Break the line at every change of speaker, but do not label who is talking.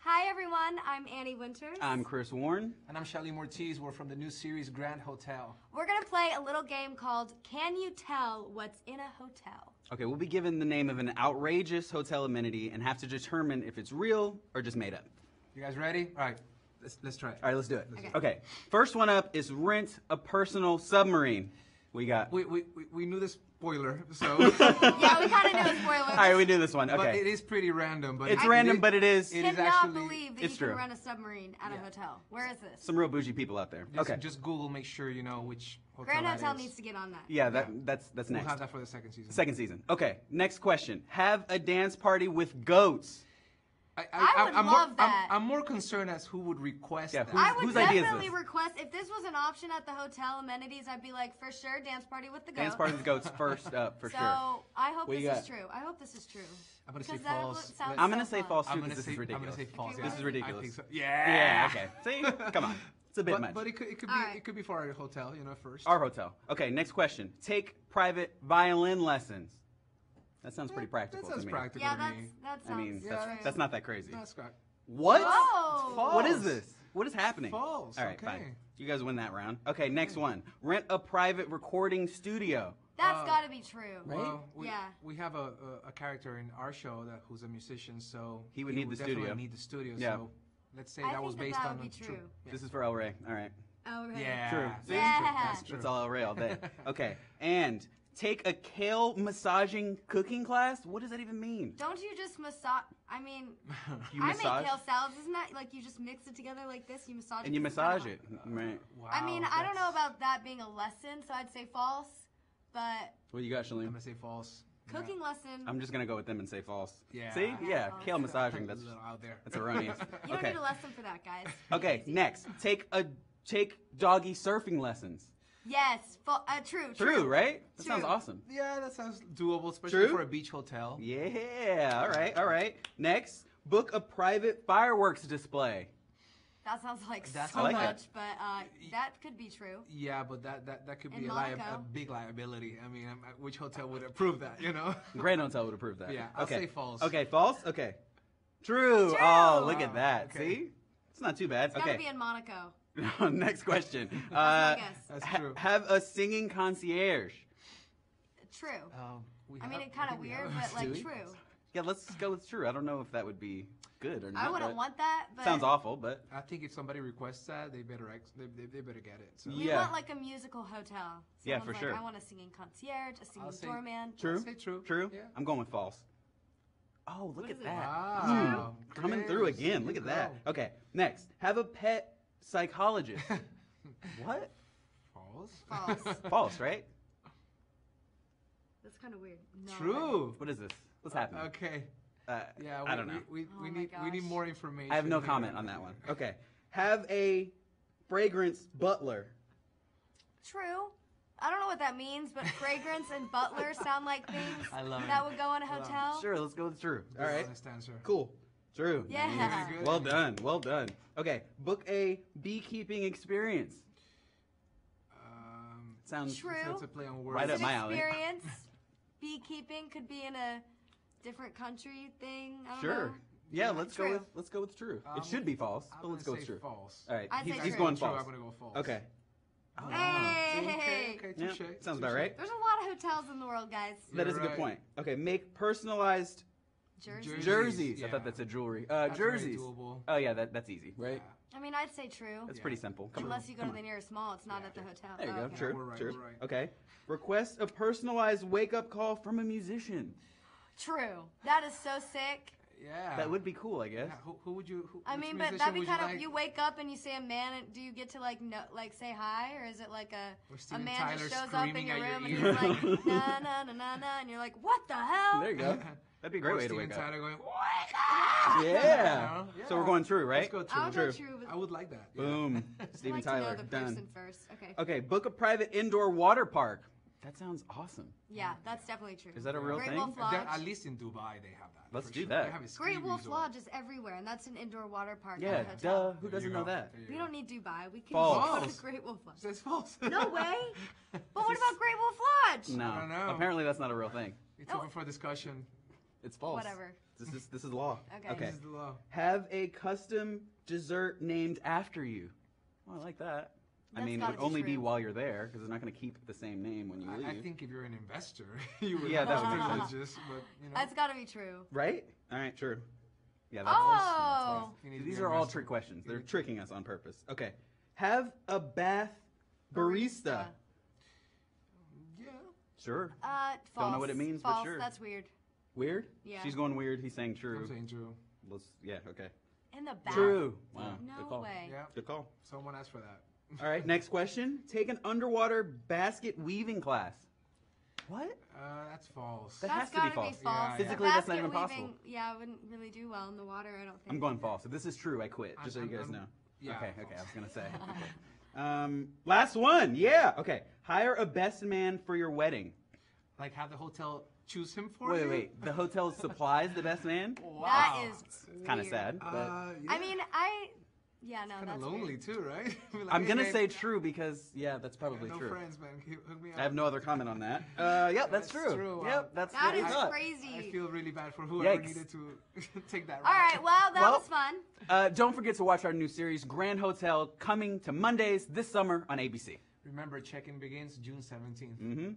Hi, everyone. I'm Annie Winters.
I'm Chris Warren.
And I'm Shelly Mortiz. We're from the new series Grand Hotel.
We're going to play a little game called Can You Tell What's in a Hotel?
Okay, we'll be given the name of an outrageous hotel amenity and have to determine if it's real or just made up.
You guys ready? All right, let's, let's try it.
All right, let's do it.
Okay.
Okay, first one up is rent a personal submarine. We got.
We, we, we- we knew the spoiler, so. but
yeah, we kind of know spoilers.
All right, we do this one.
it
Okay.
is pretty random. But
It's
it-
random,
it-
but it is
it- is
cannot
actually-
believe that
it's
you can
true.
run a submarine at a hotel. Where is this?
some real bougie people out there.
Just,
Okay.
just Google, make sure you know which hotel.
Grand
that
Hotel
is.
needs to get on that.
Yeah, that, that's that's
We'll
next.
have that for the second season.
Second season. Okay, next question. Have a dance party with goats.
I,
I would
am
love
more,
that.
I'm, I'm more concerned as who would request
Yeah,
that.
who's-
I would
whose idea is
definitely
this?
request if this was an option at the hotel amenities, I'd be like, for sure, dance party with the goat.
Dance party with goats first up for
so
sure.
I hope
What
this
you
is
got?
true. I hope this is true.
I'm gonna say
Because that
false.
looks- sounds
Let's-
I'm gonna
so
say
fun.
false too
I'm gonna
because this
say,
is
I'm
ridiculous.
gonna say false.
Okay,
This is
I think
ridiculous.
so. Yeah.
Yeah. Okay. See, come on. It's a bit
But,
much.
but it could, it could be
All right.
it could be for our hotel, you know, first.
Our hotel. Okay, next question. Take private violin lessons. That sounds pretty practical
That sounds
to me.
practical
Yeah,
to
that's
me.
that
I
sounds
mean,
true.
that's,
Yeah.
that's not that crazy.
That's correct.
What?
Oh.
false.
What is this? What is happening?
False,
All right,
okay.
fine. You guys win that round. Okay, next one. Rent a private recording studio.
That's
Oh.
got to be true.
Well, we,
Yeah.
we have a, a, a character in our show that who's a musician, so
He would need the
definitely
studio.
Need the studio.
Yeah.
So let's say
I
that
think
was
that
based
that
on
would be
the
true.
Yeah.
This is for El Rey. All right.
Oh, right.
Yeah.
True.
That's
Yeah.
That's true.
That's all El Rey all day. Okay, and take a kale massaging cooking class. What does that even mean?
Don't you just massage? I mean,
You
I
massage
make kale salads. Isn't that like you just mix it together like this? You massage
and you
it. to the side.
massage it, right?
Wow,
I mean, I don't know
that's-
about that being a lesson, so I'd say false. But
What you got, Shalim?
I'm gonna say false. Yeah.
cooking lesson,
I'm just gonna go with them and say false.
Yeah.
See? Yeah.
false.
Kale massaging.
That's
That's
a little out there.
that's erroneous.
you don't
okay.
need a lesson for that, guys.
Okay. Next, take a take doggy surfing lessons.
Yes, fa- uh, true, true.
True, right? That sounds
True.
awesome.
Yeah, that sounds doable, especially
True?
for a beach hotel.
Yeah. All right. All right. Next, book a private fireworks display.
That sounds like
That
so
sounds like
much, but uh, that could be true.
Yeah, but that that, that could
In
be a, lia- a
Monaco.
big liability. I mean, um, which hotel would approve that? You know.
Grand Hotel would approve that.
Yeah, I'll say false.
Okay, false. Okay, true.
True.
Oh, look
Wow,
at that.
okay.
See, it's not too bad.
It's gotta be
okay,
in Monaco.
next question.
That's my
Uh,
guess.
That's
ha-
true.
have a singing concierge.
True.
Uh,
Um, we
I mean,
have-
it's kind of
think we
weird,
have-
but like
Do we?
true.
Yeah, let's go with true. I don't know if that would be good or not.
I wouldn't
but-
want that, but
Sounds awful, but
I think if somebody requests that, they better ex- they, they, they better get it. So.
We
Yeah.
want like a musical hotel. Someone's
Yeah, for
like,
sure.
I want a singing concierge, a singing
I'll say-
doorman.
True.
I'll say true.
true.
Yeah. Ah,
I'm going with false. Oh, look
What is
at
it?
that.
Wow.
Mm, Coming through
Chris,
again.
you
Look at
go.
that. Okay, next. Have a pet psychologist. what?
False.
False.
False, right?
That's kind of weird. No,
True.
What is this? What's happening?
Okay.
Uh,
Yeah. We,
I don't know.
We, we, we
Oh my
need we need
gosh.
more information.
I have no
here.
comment on that one. Okay. Have a fragrance butler.
True. I don't know what that means, but fragrance and butler sound like things
I love
that
it.
would go in a
Love it.
hotel.
Sure, let's go with Drew.
This
All
is
right.
honest answer.
Cool. Drew.
Yeah.
Nice.
Very good.
Well done. Well done. Okay. Book a beekeeping experience.
Um,
Sounds
True.
so it's a play on words.
Right
It's
up
an
my alley.
experience. Beekeeping could be in a different country thing. I don't
Sure.
know.
Yeah, let's go
True.
with let's go with True.
Um,
it should be false,
I'm
but let's go
gonna
with
say
True.
False.
All right.
I'd
He's,
say
he's
true.
going
True,
false.
I'm gonna go false.
Okay.
Oh,
Hey.
Okay. Okay.
Yeah,
Touche.
sounds about
touche.
right.
There's a lot of hotels in the world, guys.
That is
You're
a good
right.
point. Okay, make personalized
Jersey.
Jer-
jerseys. I
yeah.
thought that's a jewelry. Uh,
That's very
jerseys.
doable.
Oh yeah, that, that's easy, right?
I mean, I'd say true.
That's
Yeah.
pretty simple. Come on.
Unless you go
Come
to the nearest mall, it's not
Yeah.
at the hotel.
There you
Oh,
go.
okay.
True.
We're right,
true.
we're right.
Okay. Request a personalized wake up call from a musician.
True. That is so sick.
Yeah.
That would be cool, I guess.
Yeah, who, who would you? Who,
I
which
mean, but
musician
that'd be
would you
kind of
like?
you wake up and you see a man. and Do you get to like no, like say hi, or is it like
Or
a a
Steven
man just
Tyler
shows up in
screaming
your
at your
room
ear.
and he's like na na na na na, and you're like, what the hell?
There you go. That'd be a great
Or
way to
Steven
wake up.
Tyler going.
Yeah.
"Whoa." Yeah.
So we're going True, right?
Let's go
I
true.
would
True.
go true. But
I would like that. yeah.
Boom.
I
Steven
like
Tyler.
to know the
Done.
person first. Okay.
Okay, book a private indoor water park. That sounds awesome.
Yeah, that's definitely true.
Is that a real
Great
thing?
Wolf
Uh, that-
Lodge.
at least in Dubai they have that.
Let's
for
do
sure.
that.
They have a ski
Great Wolf
resort.
Lodge is everywhere, and that's an indoor water park.
Yeah,
at a hotel.
duh. Who
There
doesn't
you
know
go.
that?
There you
We
go.
don't need Dubai. We can
False.
just go
False.
to Great Wolf Lodge.
That's false.
No way. But what
This is-
about Great Wolf Lodge?
No.
I don't know.
Apparently that's not a real thing.
It's
No.
open for discussion.
It's false.
Whatever.
This is this is law.
Okay.
Okay.
This is the law.
Have a custom dessert named after you. Well, I like that. I
That's
mean, it
gotta
would
be
only be
true.
while you're there because they're not going to keep the same name when you leave.
I, I think if you're an investor, you would
Yeah,
have
that would make
those images, but you know.
That's gotta be true.
Right? All right, true. Yeah, that's
Oh!
you need
See,
to
these
be
are all
invested.
trick questions. They're
You-
tricking us on purpose. Okay. Have a bath barista.
Barista.
Yeah.
Sure.
Uh, false.
Don't know what it means, but
false.
sure.
That's weird.
Weird?
Yeah.
She's going weird. He's saying
I'm
true.
saying true.
Let's, yeah, okay.
In the back.
True. Wow.
No
Good call.
way.
Yeah.
Good call.
Someone asked for that.
All right, next question. Take an underwater basket weaving class. What?
Uh, that's false.
That has
That's
to be
gotta
false.
be false.
Yeah,
Physically,
A
that's not
basket
even possible.
weaving- Yeah, I wouldn't really do well in the water. I don't think.
I'm going false. If this is true, I quit,
I'm-
just so you
I'm-
guys
I'm-
know.
yeah,
okay, okay, I
false.
was going to say. Okay. Um, last one. Yeah. Okay. Hire a best man for your wedding.
Like have the hotel choose him for
Wait,
you?
wait, wait. The hotel supplies the best man?
Wow.
That is.
It's kind of
weird.
sad. But
Uh, yeah.
I mean, I. Yeah, no,
kind of
that's
lonely
Weird.
too, right? Be like,
I'm
"Hey,
going to
babe,
say true because, yeah, that's probably
no
true.
friends, man. Can you hook me up?
I have no other comment on that. Uh, yep, that's,
That's
true.
true, wow.
Yep, that's
That
what I
is
thought.
crazy.
I feel really bad for whoever
Yikes.
needed to take that.
All
route.
right. Well, that
Well-
was fun.
Uh, don't forget to watch our new series, Grand Hotel, coming to Mondays this summer on ABC.
Remember, check-in begins June 17th.
hmm